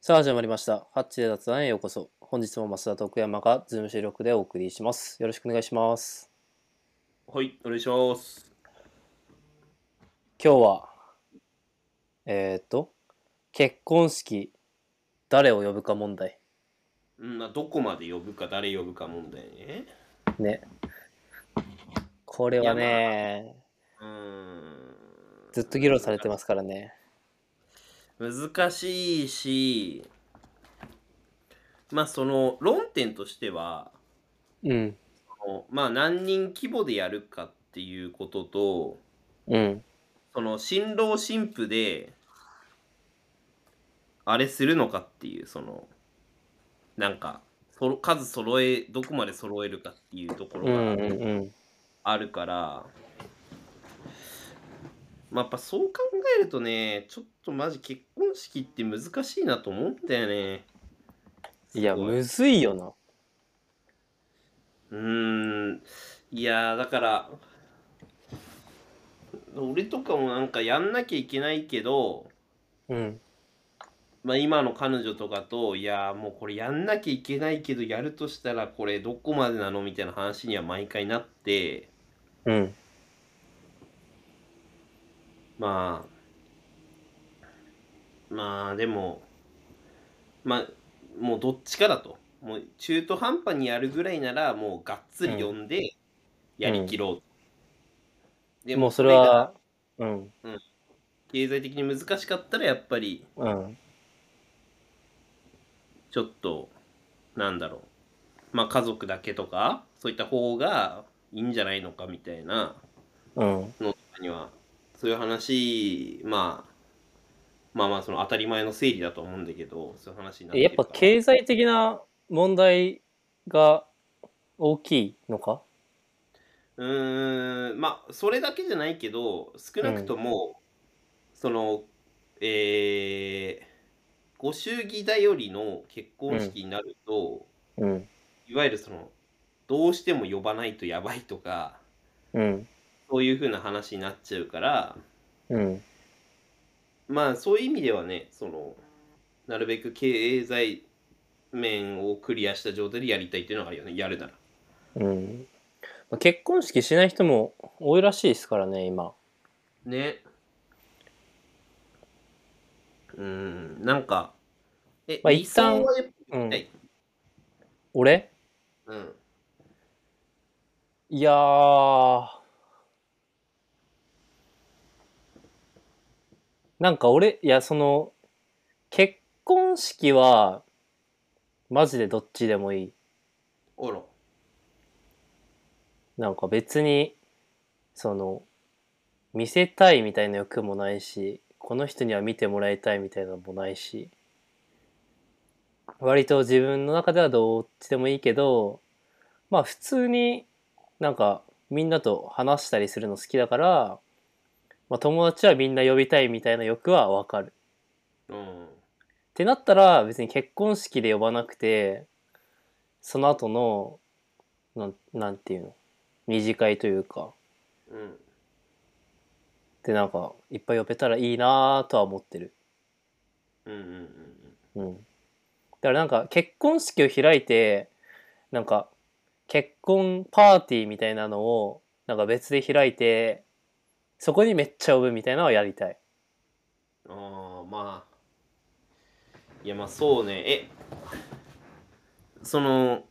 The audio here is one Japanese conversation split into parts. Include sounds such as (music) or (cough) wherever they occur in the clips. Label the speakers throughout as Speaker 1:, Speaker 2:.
Speaker 1: さあ始まりました。ハッチで雑談へようこそ。本日も増田徳山がズーム収録でお送りします。よろしくお願いします。
Speaker 2: はい、お願いします。
Speaker 1: 今日は、えー、っと、結婚式、誰を呼ぶか問題。
Speaker 2: うん、あどこまで呼ぶか、誰呼ぶか問題ね。
Speaker 1: ね。これはね、
Speaker 2: うーん。
Speaker 1: ずっと議論されてますからね。
Speaker 2: 難しいし、まあその論点としては、
Speaker 1: うん。
Speaker 2: そのまあ何人規模でやるかっていうことと、
Speaker 1: うん。
Speaker 2: その新郎新婦で、あれするのかっていう、その、なんか、そろ数揃え、どこまで揃えるかっていうとこ
Speaker 1: う
Speaker 2: ろが、
Speaker 1: んうんうん。
Speaker 2: あるから、まあ、やっぱそう考えるとねちょっとマジ結婚式って難しいなと思うんだよね
Speaker 1: いや、
Speaker 2: すご
Speaker 1: むずいよな。
Speaker 2: うーんいやーだから俺とかもなんかやんなきゃいけないけど、
Speaker 1: うん。
Speaker 2: まあ、今の彼女とかといやーもうこれやんなきゃいけないけどやるとしたらこれどこまでなのみたいな話には毎回なって
Speaker 1: うん。
Speaker 2: まあ、まあでも、まあ、もうどっちかだと。もう中途半端にやるぐらいなら、もうがっつり読んで、やりきろう。で
Speaker 1: もうそれは、うん。
Speaker 2: 経済的に難しかったら、やっぱり、
Speaker 1: うん。
Speaker 2: ちょっと、なんだろう。まあ家族だけとか、そういった方がいいんじゃないのかみたいな
Speaker 1: うん。
Speaker 2: のとかには、そういう話、まあ、まあまあその当たり前の整理だと思うんだけど、そういう話になって
Speaker 1: え
Speaker 2: る
Speaker 1: やっ
Speaker 2: から
Speaker 1: ぱ経済的な問題が大きいのか
Speaker 2: うーんまあそれだけじゃないけど少なくとも、そのえーご祝儀頼りの結婚式になると、
Speaker 1: うん
Speaker 2: いわゆるそのどうしても呼ばないとやばいとか
Speaker 1: うん
Speaker 2: そういう風な話になっちゃうから
Speaker 1: うん
Speaker 2: まあそういう意味ではねそのなるべく経済面をクリアした状態でやりたいっていうのがあるよねやるなら。
Speaker 1: うんまあ結婚式しない人も多いらしいですからね今
Speaker 2: ねうーんなんかえ、
Speaker 1: まあ
Speaker 2: 理想はやっ
Speaker 1: う
Speaker 2: ぱ
Speaker 1: ん
Speaker 2: はい
Speaker 1: 俺
Speaker 2: うん
Speaker 1: いやーなんか俺いやその結婚式はマジでどっちでもいい
Speaker 2: あら
Speaker 1: なんか別にその見せたいみたいな欲もないしこの人には見てもらいたいみたいなのもないし割と自分の中ではどっちでもいいけどまあ普通になんかみんなと話したりするの好きだから、まあ、友達はみんな呼びたいみたいな欲はわかる。
Speaker 2: うん
Speaker 1: ってなったら別に結婚式で呼ばなくてその後のなんなんていうの二次会というか
Speaker 2: うん
Speaker 1: でなんかいっぱい呼べたらいいなぁとは思ってる、
Speaker 2: うんうんうん
Speaker 1: うん、だからなんか結婚式を開いてなんか結婚パーティーみたいなのをなんか別で開いてそこにめっちゃ呼ぶみたいなのをやりたい
Speaker 2: ああまあいやまあそうねえその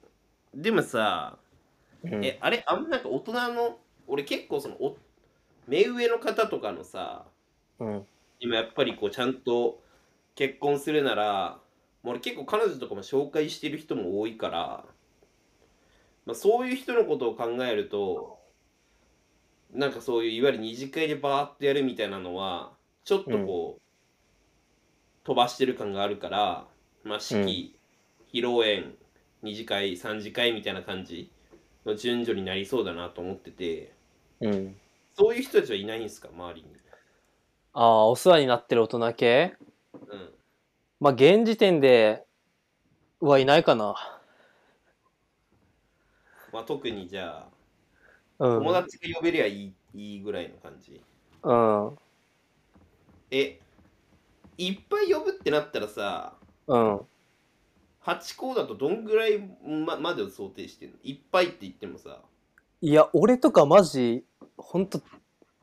Speaker 2: でもさ、
Speaker 1: うん
Speaker 2: えあれあんまなんか大人の俺結構そのお目上の方とかのさ
Speaker 1: うん
Speaker 2: 今やっぱりこうちゃんと結婚するならもう俺結構彼女とかも紹介してる人も多いから、まあ、そういう人のことを考えるとなんかそういういわゆる二次会でバーッとやるみたいなのはちょっとこう、飛ばしてる感があるから、まあ、式、披露宴二次会三次会みたいな感じの順序になりそうだなと思ってて
Speaker 1: うん
Speaker 2: そういう人たちはいないんですか周りに。
Speaker 1: ああお世話になってる大人系
Speaker 2: うん
Speaker 1: まあ現時点ではいないかな
Speaker 2: まあ、特にじゃあ
Speaker 1: うん
Speaker 2: 友達が呼べりゃいいいいぐらいの感じ
Speaker 1: うん
Speaker 2: えいっぱい呼ぶってなったらさ
Speaker 1: うん。
Speaker 2: 8校だとどんぐらいままでを想定してんのいっぱいって言ってもさ
Speaker 1: いや、俺とかマジ、ほんと、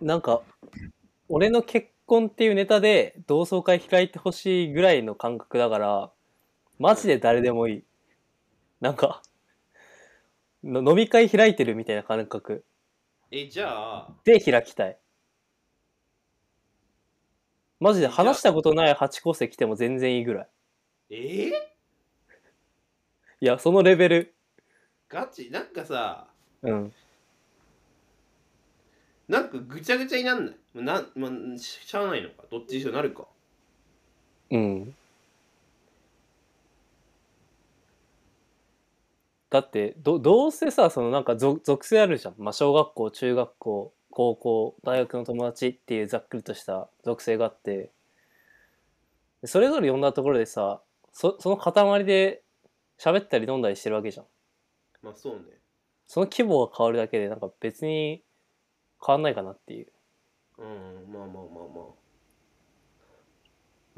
Speaker 1: なんか、俺の結婚っていうネタで同窓会開いてほしいぐらいの感覚だから、マジで誰でもいい。なんか、の飲み会開いてるみたいな感覚
Speaker 2: えじゃあ
Speaker 1: で開きたい。マジで話したことない8個生来ても全然いいぐらい。
Speaker 2: えー、
Speaker 1: いや、そのレベル。
Speaker 2: ガチなんかさ
Speaker 1: うん。
Speaker 2: なんかぐちゃぐちゃになんないもうなん、まあ、ししゃあないのかどっちにしろなるか
Speaker 1: うん。だってどどうせさそのなんか属属性あるじゃん、まあ、小学校中学校高校大学の友達っていうざっくりとした属性があってそれぞれ呼んだところでさそその塊で喋ったり飲んだりしてるわけじゃん
Speaker 2: まあそうね
Speaker 1: その規模が変わるだけでなんか別に変わんないかなっていう
Speaker 2: うんまあまあまあま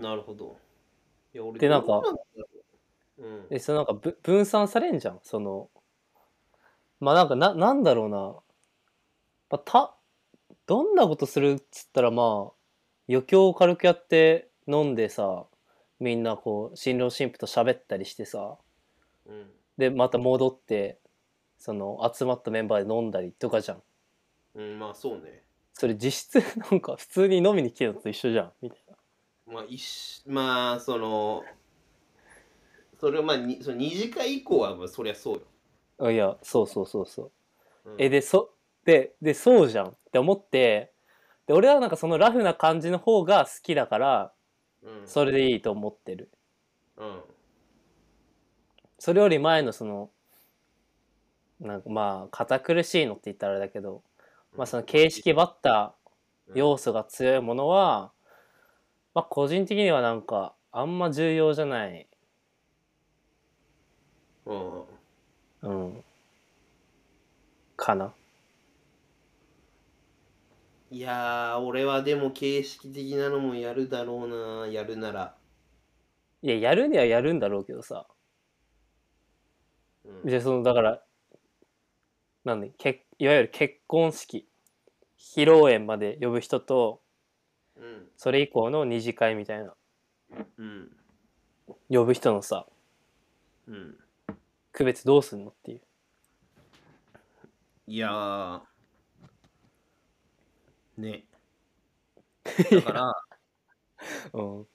Speaker 2: あなるほどいや俺
Speaker 1: でなんか
Speaker 2: どうだろううん
Speaker 1: でそのなんかぶ分散されんじゃんそのまあなんかななんだろうな、まあ、たどんなことするっつったらまあ余興を軽くやって飲んでさみんなこう新郎新婦と喋ったりしてさ
Speaker 2: うん
Speaker 1: でまた戻ってその集まったメンバーで飲んだりとかじゃん
Speaker 2: うんまあそうね
Speaker 1: それ実質なんか普通に飲みに来てるのと一緒じゃんみたいな
Speaker 2: まあ一緒まあそのそれはまあにその二次会以降はまあそりゃそうよ、
Speaker 1: あいやそうそうそうそう
Speaker 2: うん
Speaker 1: えでそででそうじゃんって思ってで俺はなんかそのラフな感じの方が好きだから
Speaker 2: うん
Speaker 1: それでいいと思ってる
Speaker 2: うん
Speaker 1: それより前のそのなんかまあ堅苦しいのって言ったらあれだけど、まあ、その形式ばった要素が強いものは、まあ、個人的にはなんかあんま重要じゃない、
Speaker 2: うん
Speaker 1: うん、かない
Speaker 2: やー俺はでも形式的なのもやるだろうなやるなら、
Speaker 1: いややるにはやるんだろうけどさ
Speaker 2: うん、
Speaker 1: でそのだからなんでけいわゆる結婚式披露宴まで呼ぶ人と
Speaker 2: うん
Speaker 1: それ以降の二次会みたいな
Speaker 2: うん
Speaker 1: 呼ぶ人のさ
Speaker 2: うん
Speaker 1: 区別どうすんのっていう
Speaker 2: いやー
Speaker 1: (laughs)
Speaker 2: ねだから
Speaker 1: うん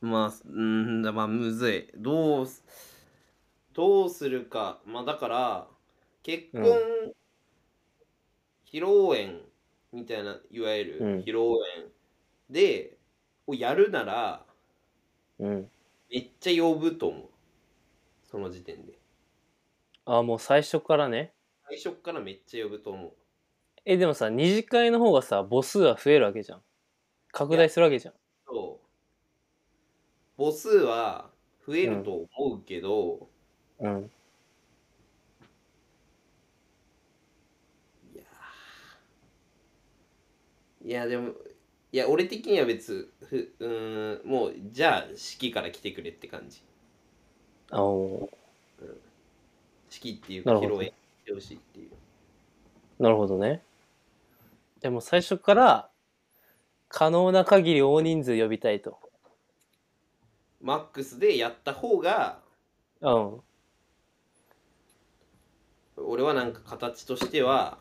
Speaker 2: まあうーんまあむずいどうすどうするかまあだから結婚、
Speaker 1: うん
Speaker 2: 披露宴みたいないわゆる
Speaker 1: うん
Speaker 2: 披露宴で、をやるなら
Speaker 1: うん
Speaker 2: めっちゃ呼ぶと思うその時点で
Speaker 1: ああもう最初からね
Speaker 2: 最初っからめっちゃ呼ぶと思う
Speaker 1: えでもさ二次会の方がさ母数は増えるわけじゃん拡大するわけじゃん
Speaker 2: そう母数は増えると思うけど、
Speaker 1: うん
Speaker 2: いやーいやでもいや俺的には別ふうーんもうじゃあ式から来てくれって感じ
Speaker 1: あお
Speaker 2: 式っていう
Speaker 1: な
Speaker 2: か
Speaker 1: る
Speaker 2: 披
Speaker 1: ほ
Speaker 2: 露
Speaker 1: ど
Speaker 2: 宴してほしいっていう
Speaker 1: なるほどねでも最初から可能な限り大人数呼びたいと
Speaker 2: マックスでやった方が
Speaker 1: うん
Speaker 2: 俺はなんか形としては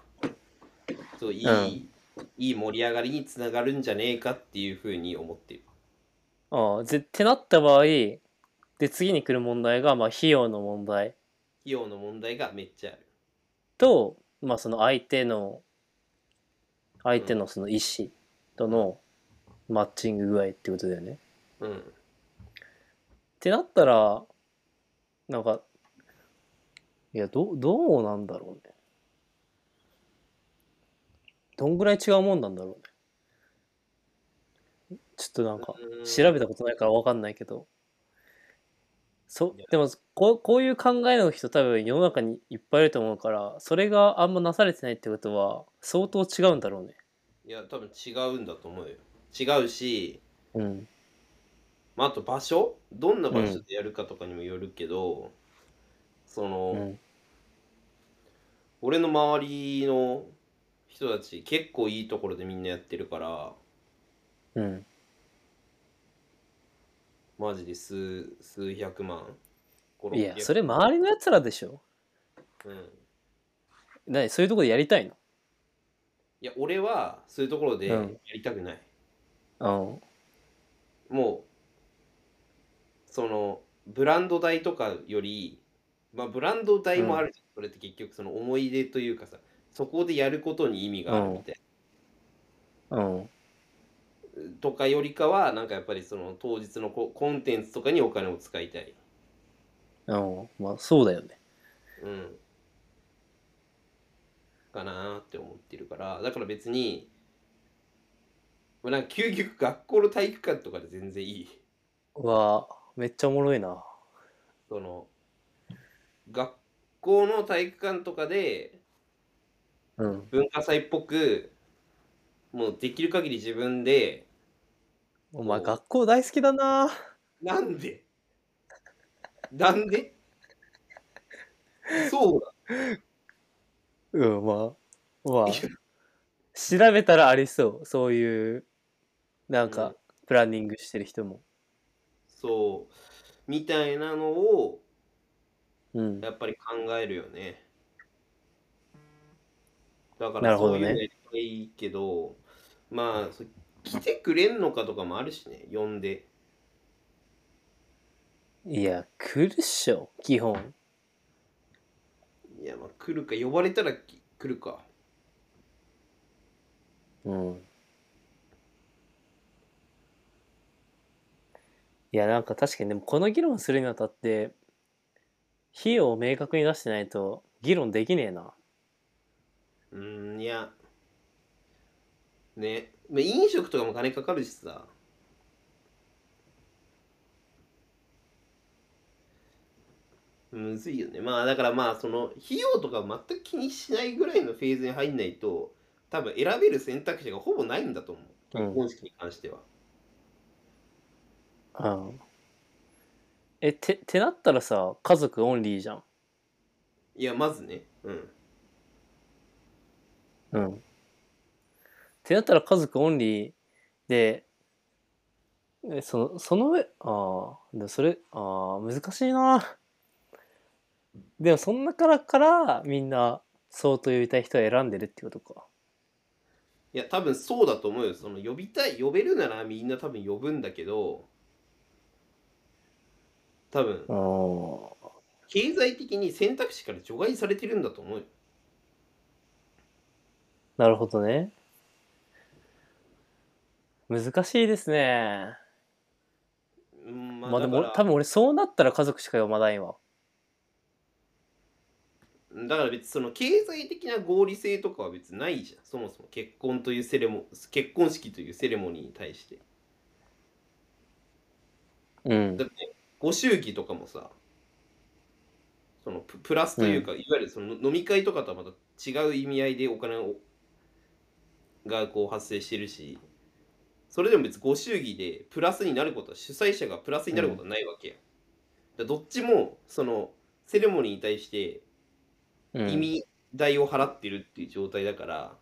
Speaker 2: そういい、いい盛り上がりにつながるんじゃねえかっていうふうに思ってる
Speaker 1: ああぜってなった場合で次に来る問題がまあ費用の問題
Speaker 2: 費用の問題がめっちゃある
Speaker 1: と、まあ、その相手の相手のその意思とのマッチング具合ってことだよね。
Speaker 2: うん
Speaker 1: ってなったらなんかいやどどうなんだろうね。どんぐらい違うもんなんだろうね。ちょっとなんか
Speaker 2: うーん
Speaker 1: 調べたことないから分かんないけどそでもこうこういう考えの人多分世の中にいっぱいいると思うからそれがあんまなされてないってことは相当違うんだろうね
Speaker 2: いや多分違うんだと思うよ違うし
Speaker 1: うん
Speaker 2: まあ、あと場所どんな場所でやるかとかにもよるけど、その、
Speaker 1: うん
Speaker 2: 俺の周りの人たち結構いいところでみんなやってるから
Speaker 1: うん
Speaker 2: マジで数数百万
Speaker 1: いやそ
Speaker 2: れ、
Speaker 1: れ周りのやつらでしょ
Speaker 2: うん、い
Speaker 1: 何そういうとこでやりたい
Speaker 2: や俺はそういうところで
Speaker 1: う
Speaker 2: や
Speaker 1: ん
Speaker 2: りたくない、
Speaker 1: の
Speaker 2: もうそのブランド代とかよりまあブランド代もあるじゃん、それって結局その思い出というかさそこでやることに意味があるみたい
Speaker 1: うんうん
Speaker 2: な、とかよりかはなんかやっぱりその当日のココンテンツとかにお金を使いたい
Speaker 1: うんまあそうだよね
Speaker 2: うんかなーって思ってるからだから別にまあなんか究極学校の体育館とかで全然いい。
Speaker 1: うわめっちゃおもろいな
Speaker 2: その学校の体育館とかで
Speaker 1: うん
Speaker 2: 文化祭っぽくもうできる限り自分で
Speaker 1: お前学校大好きだな
Speaker 2: なんでなんでそうだ
Speaker 1: うんまあまあ
Speaker 2: いや
Speaker 1: 調べたらありそうそういうなん
Speaker 2: うん
Speaker 1: かプランニングしてる人も
Speaker 2: そうみたいなのを
Speaker 1: うん
Speaker 2: やっぱり考えるよねだ
Speaker 1: な
Speaker 2: か
Speaker 1: る
Speaker 2: ら
Speaker 1: ほ
Speaker 2: そう
Speaker 1: ど
Speaker 2: いう
Speaker 1: ね
Speaker 2: のやりたいけどまあそ来てくれんのかとかもあるしね呼んで
Speaker 1: いや来るっしょ基本
Speaker 2: いやまあ来るか呼ばれたらき来るか
Speaker 1: うんいやなんか確かにでもこの議論するにあたって費用を明確に出してないと議論できねえな
Speaker 2: うーんいやねまあ飲食とかも金かかるしさむずいよねまあだからまあその費用とか全く気にしないぐらいのフェーズに入んないと多分選べる選択肢がほぼないんだと思
Speaker 1: う
Speaker 2: う
Speaker 1: ん
Speaker 2: 結婚式に関しては、
Speaker 1: うんえてってなったらさ家族オンリーじゃん
Speaker 2: いやまずねうん
Speaker 1: うんってなったら家族オンリーでえそのその上ああでもそれああ難しいなでもそんなからからみんなそうと呼びたい人を選んでるってことか
Speaker 2: いや多分そうだと思うよその呼びたい呼べるならみんな多分呼ぶんだけど多分
Speaker 1: あ
Speaker 2: 経済的に選択肢から除外されてるんだと思うよ
Speaker 1: なるほどね難しいですね
Speaker 2: うん
Speaker 1: まあでも
Speaker 2: だ
Speaker 1: 俺
Speaker 2: か
Speaker 1: 多分俺そうなったら家族しか読まないわ
Speaker 2: らだから別にその経済的な合理性とかは別にないじゃんそもそも結婚というセレモ結婚式というセレモニーに対して
Speaker 1: うん
Speaker 2: だってご祝儀とかもさそのププラスというか、いわゆるその飲み会とかとはまた違う意味合いでお金をがこう発生してるしそれでも別にご祝儀でプラスになることは主催者がプラスになることはないわけや、だからどっちもそのセレモニーに対して
Speaker 1: うん
Speaker 2: 意味代を払ってるっていう状態だから、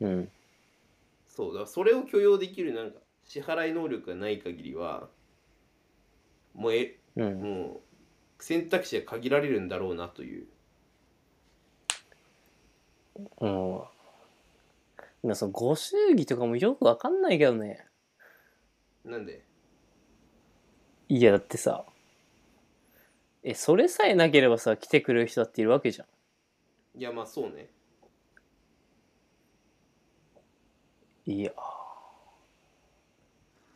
Speaker 1: うん
Speaker 2: そうだからそれを許容できるなんか支払い能力がない限りはもうえ
Speaker 1: うん
Speaker 2: もう選択肢が限られるんだろうなという
Speaker 1: うん。でもそのご祝儀とかもよくわかんないけどね。
Speaker 2: なんで
Speaker 1: いやだってさ、え、それさえなければさ、来てくれる人だっているわけじゃん。
Speaker 2: いやまあそうね
Speaker 1: いや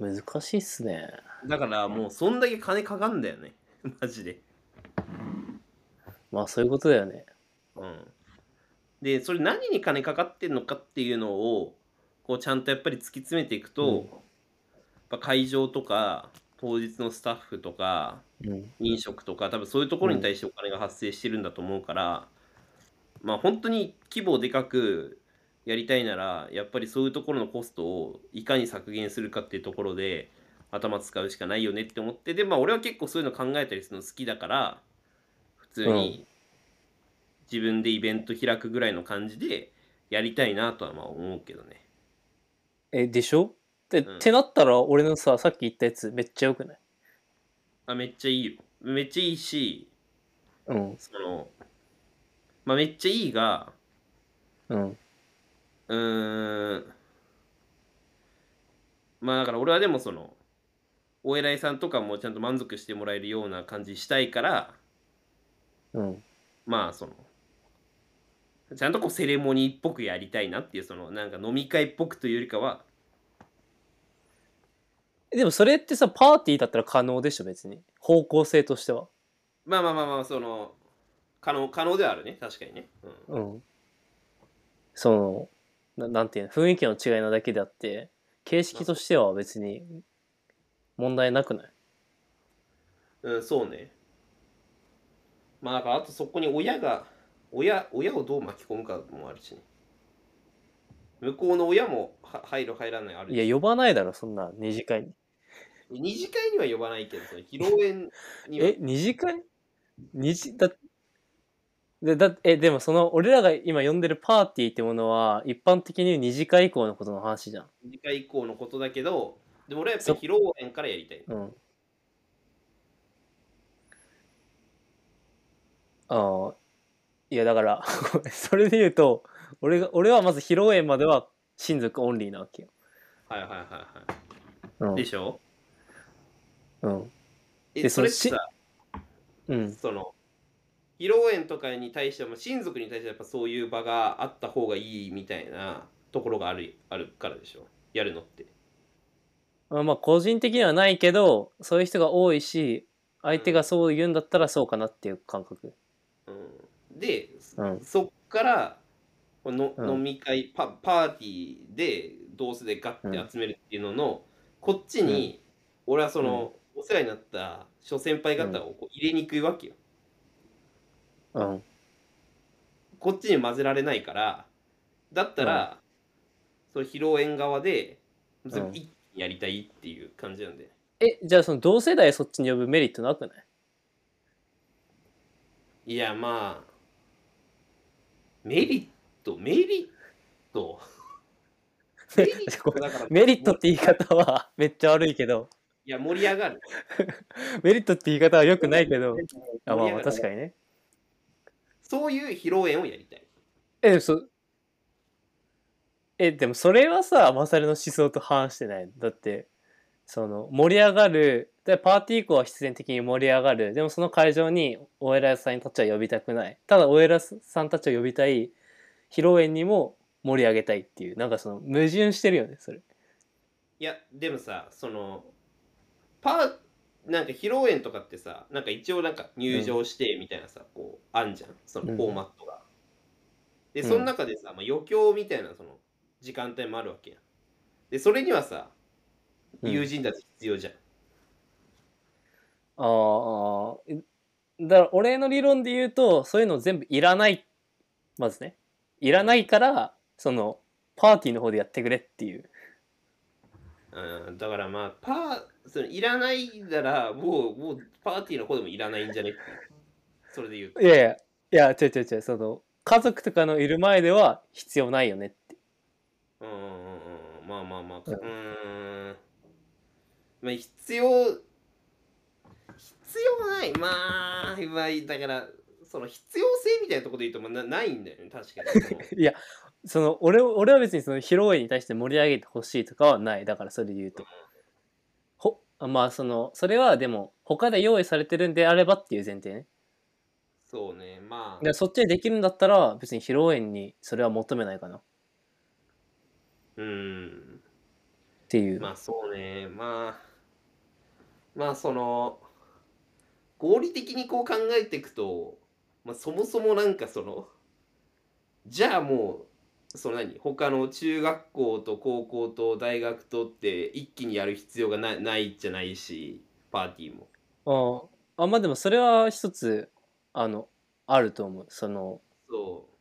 Speaker 1: ー、難しいっすね。
Speaker 2: だからもうそんだけ金かかんだよね (laughs) マジで
Speaker 1: まあそういうことだよね。
Speaker 2: うんでそれ何に金かかってんのかっていうのをこうちゃんとやっぱり突き詰めていくと、
Speaker 1: うん
Speaker 2: やっぱ会場とか当日のスタッフとか
Speaker 1: うん。
Speaker 2: 飲食とか多分そういうところに対してお金が発生してるんだと思うから、まあ本当に規模をでかくやりたいならやっぱりそういうところのコストをいかに削減するかっていうところで頭使うしかないよねって思ってでまあ俺は結構そういうの考えたりするの好きだから普通に自分でイベント開くぐらいの感じでやりたいなとはまあ思うけどね。
Speaker 1: えでしょって,、
Speaker 2: うん
Speaker 1: ってなったら俺のささっき言ったやつめっちゃよくない
Speaker 2: あめっちゃいいよ。めっちゃいいし
Speaker 1: うん
Speaker 2: そのまあめっちゃいいが
Speaker 1: うん
Speaker 2: うーんまあだから俺はでもそのお偉いさんとかもちゃんと満足してもらえるような感じしたいから
Speaker 1: うん
Speaker 2: まあそのちゃんとこうセレモニーっぽくやりたいなっていうそのなんか飲み会っぽくというよりかは
Speaker 1: えでもそれってさパーティーだったら可能でしょ別に方向性としては
Speaker 2: まあまあまあまあその可能可能ではあるね確かにね、うん、
Speaker 1: うんそのななんていうの雰囲気の違いなだけであって形式としては別に問題なくない
Speaker 2: うん、そうね。まあ、だからあとそこに親が、親、親をどう巻き込むかもあるしね。向こうの親もは入る入らないあるし
Speaker 1: いや呼ばないだろそんな二次会に
Speaker 2: 二次会には呼ばないけど、その披露宴には
Speaker 1: え。二次会二次だでだえでもその俺らが今呼んでるパーティーってものは一般的に二次会以降のことの話じゃん
Speaker 2: 二次会以降のことだけど、でも俺はやっぱり披露宴からやりたい。
Speaker 1: うんああいやだから (laughs) ごめんそれで言うと俺が俺はまず披露宴までは親族オンリーなわけよ、
Speaker 2: はいはいはいは
Speaker 1: う
Speaker 2: い。で
Speaker 1: ん
Speaker 2: しょ
Speaker 1: うん
Speaker 2: え、
Speaker 1: で
Speaker 2: そ
Speaker 1: そ
Speaker 2: れ
Speaker 1: の
Speaker 2: ってさ、
Speaker 1: うん、
Speaker 2: その、披露宴とかに対しても親族に対してやっぱそういう場があった方がいいみたいなところがあるあるからでしょやるのって。
Speaker 1: まあまあ個人的にはないけどそういう人が多いし相手がそう言うんだったらそうかなっていう感覚
Speaker 2: うん、で、
Speaker 1: うん
Speaker 2: そっからこの、
Speaker 1: うん
Speaker 2: 飲み会パパーティーで同世でガッて集めるっていうのの、こっちに、俺はその、お世話になった諸先輩方をこう入れにくいわけよ。
Speaker 1: うん
Speaker 2: こっちに混ぜられないからだったら、その披露宴側で全部
Speaker 1: うん
Speaker 2: 一気にやりたいっていう感じなんで。
Speaker 1: えじゃあその同世代そっちに呼ぶメリットなくない
Speaker 2: いやまあメリットメリッ
Speaker 1: (laughs)
Speaker 2: トメリットだから
Speaker 1: メリットって言い方はめっちゃ悪いけど
Speaker 2: いや盛り上がる
Speaker 1: メリットって言い方は良くないけ
Speaker 2: (laughs)
Speaker 1: どあまあまあ
Speaker 2: 盛り上がる
Speaker 1: 確かにね
Speaker 2: そういう披露宴をやりたい。
Speaker 1: えでもそえでもそれはさマサルの思想と反してないだってその盛り上がるでパーティー以降は必然的に盛り上がるでもその会場にお偉いさんたちは呼びたくないただお偉いさんたちを呼びたい披露宴にも盛り上げたいっていうなんかその矛盾してるよねそれ
Speaker 2: いやでもさそのパーなんか披露宴とかってさなんか一応なんか入場してみたいなさ、こうあんじゃんその
Speaker 1: うん
Speaker 2: フォーマットが。で
Speaker 1: うん
Speaker 2: その中でさ、まあ、余興みたいなその時間帯もあるわけやん。でそれにはさ
Speaker 1: うん
Speaker 2: 友人たち必要じゃん。
Speaker 1: あーあーえだから俺の理論で言うとそういうの全部いらないまずねいらないからそのパーティーの方でやってくれっていう
Speaker 2: うん、だからまあパーそのいらないならもうもうパーティーの方でもいらないんじゃねっていうそれで言うと。
Speaker 1: いやいやいや違う違う違うその家族とかのいる前では必要ないよねって
Speaker 2: うんうんうんうんまあまあまあ、う
Speaker 1: うん
Speaker 2: ーん。まあ必要、必要ない。まあ、まあ、だから、その必要性みたいなところで言うと、まあ、なないんだよね、確かに。その
Speaker 1: いやその俺を俺は別にその披露宴に対して盛り上げてほしいとかはないだからそれで言うとほまあそのそれはでも他で用意されてるんであればっていう前提ね
Speaker 2: そうね、まあ
Speaker 1: で、そっちでできるんだったら別に披露宴にそれは求めないかなっ
Speaker 2: うん。
Speaker 1: ていう、
Speaker 2: まあそうね、まあ、まあその、合理的にこう考えていくと、まあそもそもなんかその、じゃあもう、その何、他の中学校と高校と大学とって一気にやる必要がなないじゃないし、パーティーも。
Speaker 1: ああまあでもそれは一つあのあると思うその
Speaker 2: そう。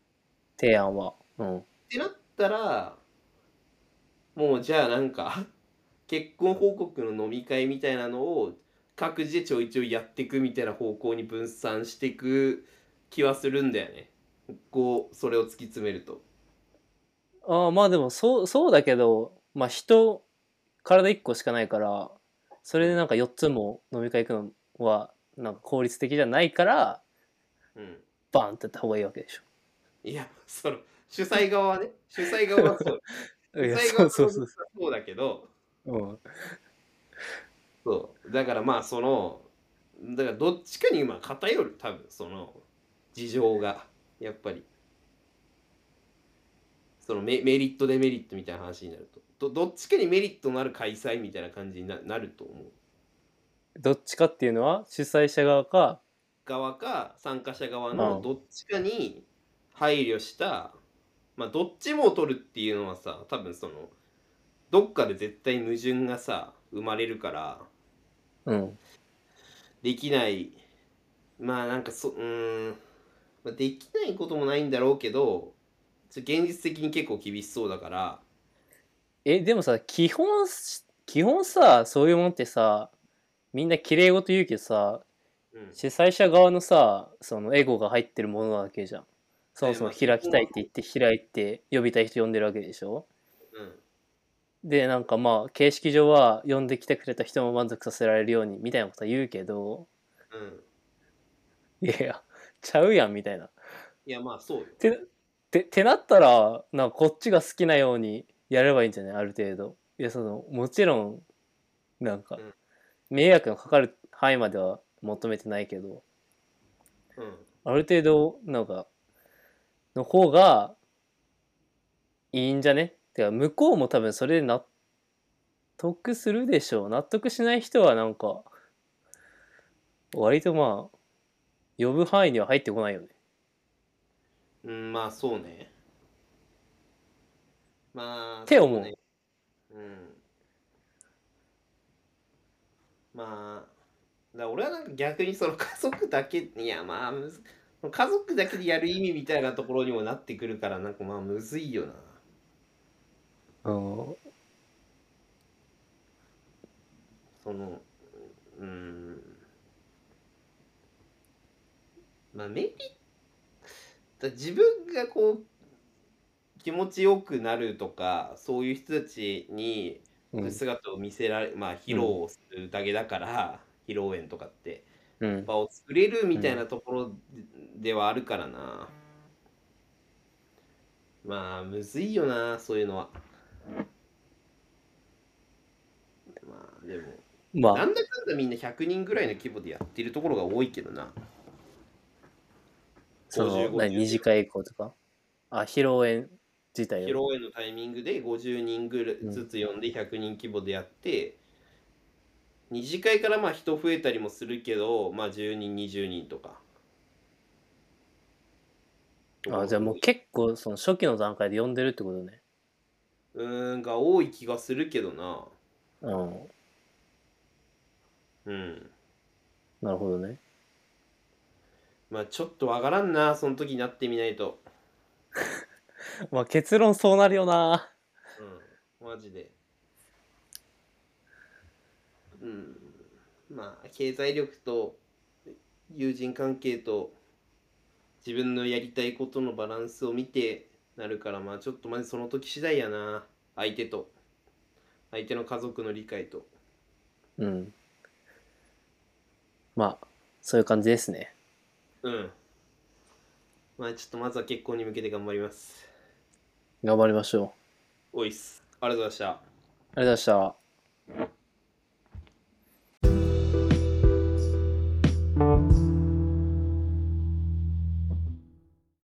Speaker 1: 提案はうん
Speaker 2: ってなっったらもうじゃあなんか (laughs) 結婚報告の飲み会みたいなのを各自でちょいちょいやっていくみたいな方向に分散していく気はするんだよねこうそれを突き詰めると。
Speaker 1: ああまあでもそうそうだけどまあ人体1個しかないからそれでなんか4つも飲み会行くのはなんか効率的じゃないから
Speaker 2: うん
Speaker 1: バーンってやった方がいいわけでし
Speaker 2: いやその主催側はね主催側はそう (laughs)
Speaker 1: ょ。い
Speaker 2: 主
Speaker 1: や
Speaker 2: 催
Speaker 1: そ
Speaker 2: 側
Speaker 1: うそ
Speaker 2: はそうう
Speaker 1: そうそ
Speaker 2: そうだけど
Speaker 1: う。うん、
Speaker 2: そうだからまあそのだからどっちかに今偏る多分その事情がやっぱりそのメメリットデメリットみたいな話になるとどどっちかにメリットのある開催みたいな感じにななると思う
Speaker 1: どっちかっていうのは主催者側か
Speaker 2: 側か参加者側
Speaker 1: う
Speaker 2: の
Speaker 1: ん
Speaker 2: どっちかに配慮した、まあどっちもを取るっていうのはさ多分そのどっかで絶対矛盾がさ生まれるから
Speaker 1: うん
Speaker 2: できないまあなんかそうーん、まあ、できないこともないんだろうけどちょ現実的に結構厳しそうだから
Speaker 1: えでもさ基本基本さそういうもんってさみんな綺麗事言うけどさ
Speaker 2: うん
Speaker 1: 主催者側のさそのエゴが入ってるものなわけじゃんそもそも
Speaker 2: えーまあ
Speaker 1: 開きたいって言って開いて呼びたい人呼んでるわけでしょ
Speaker 2: うん
Speaker 1: でなんかまあ形式上は呼んできてくれた人も満足させられるようにみたいなことは言うけど
Speaker 2: うん
Speaker 1: いやいやちゃうやんみたいな。
Speaker 2: いやまあそうよ
Speaker 1: てててなったらなんかこっちが好きなようにやればいいんじゃないある程度いやそのもちろんなんか
Speaker 2: うん
Speaker 1: 迷惑のかかる範囲までは求めてないけど
Speaker 2: うん
Speaker 1: ある程度なんかの方がいいんじゃねてか向こうも多分それで納得するでしょう納得しない人はなんか割とまあ呼ぶ範囲には入ってこないよね
Speaker 2: うんまあそうねまあ
Speaker 1: って思う
Speaker 2: そねうんまあだ俺はなんか逆にその家族だけいやまあむず家族だけでやる意味みたいなところにもなってくるからなんかまあむずいよな
Speaker 1: うん
Speaker 2: そのうんまあメリット自分がこう気持ちよくなるとかそういう人たちに
Speaker 1: うん
Speaker 2: 姿を見せられ、まあ披露するだけだから、披露宴とかって
Speaker 1: うん
Speaker 2: 場を作れるみたいなところではあるからな、まあむずいよなそういうのはまあでも
Speaker 1: まあ
Speaker 2: なんだかんだみんな100人ぐらいの規模でやってるところが多いけどな
Speaker 1: その
Speaker 2: 55
Speaker 1: 何二次会以降とかあ披露宴自体を
Speaker 2: 披露宴のタイミングで50人ぐらい
Speaker 1: うん
Speaker 2: ずつ呼んで100人規模でやって、二次会からまあ人増えたりもするけどまあ10人20人とか
Speaker 1: あじゃあもう結構その初期の段階で呼んでるってことね
Speaker 2: うーんが多い気がするけどな
Speaker 1: うん
Speaker 2: うん
Speaker 1: なるほどね
Speaker 2: まあちょっとわからんなその時になってみないと
Speaker 1: まあ結論そうなるよな
Speaker 2: うんマジでうんまあ経済力と友人関係と自分のやりたいことのバランスを見てなるからまあちょっとまずその時次第やな相手と相手の家族の理解と
Speaker 1: うんまあそういう感じですね
Speaker 2: うんまあちょっとまずは結婚に向けて頑張ります
Speaker 1: 頑張りましょう
Speaker 2: おいっすありがとうございました
Speaker 1: ありがとうございました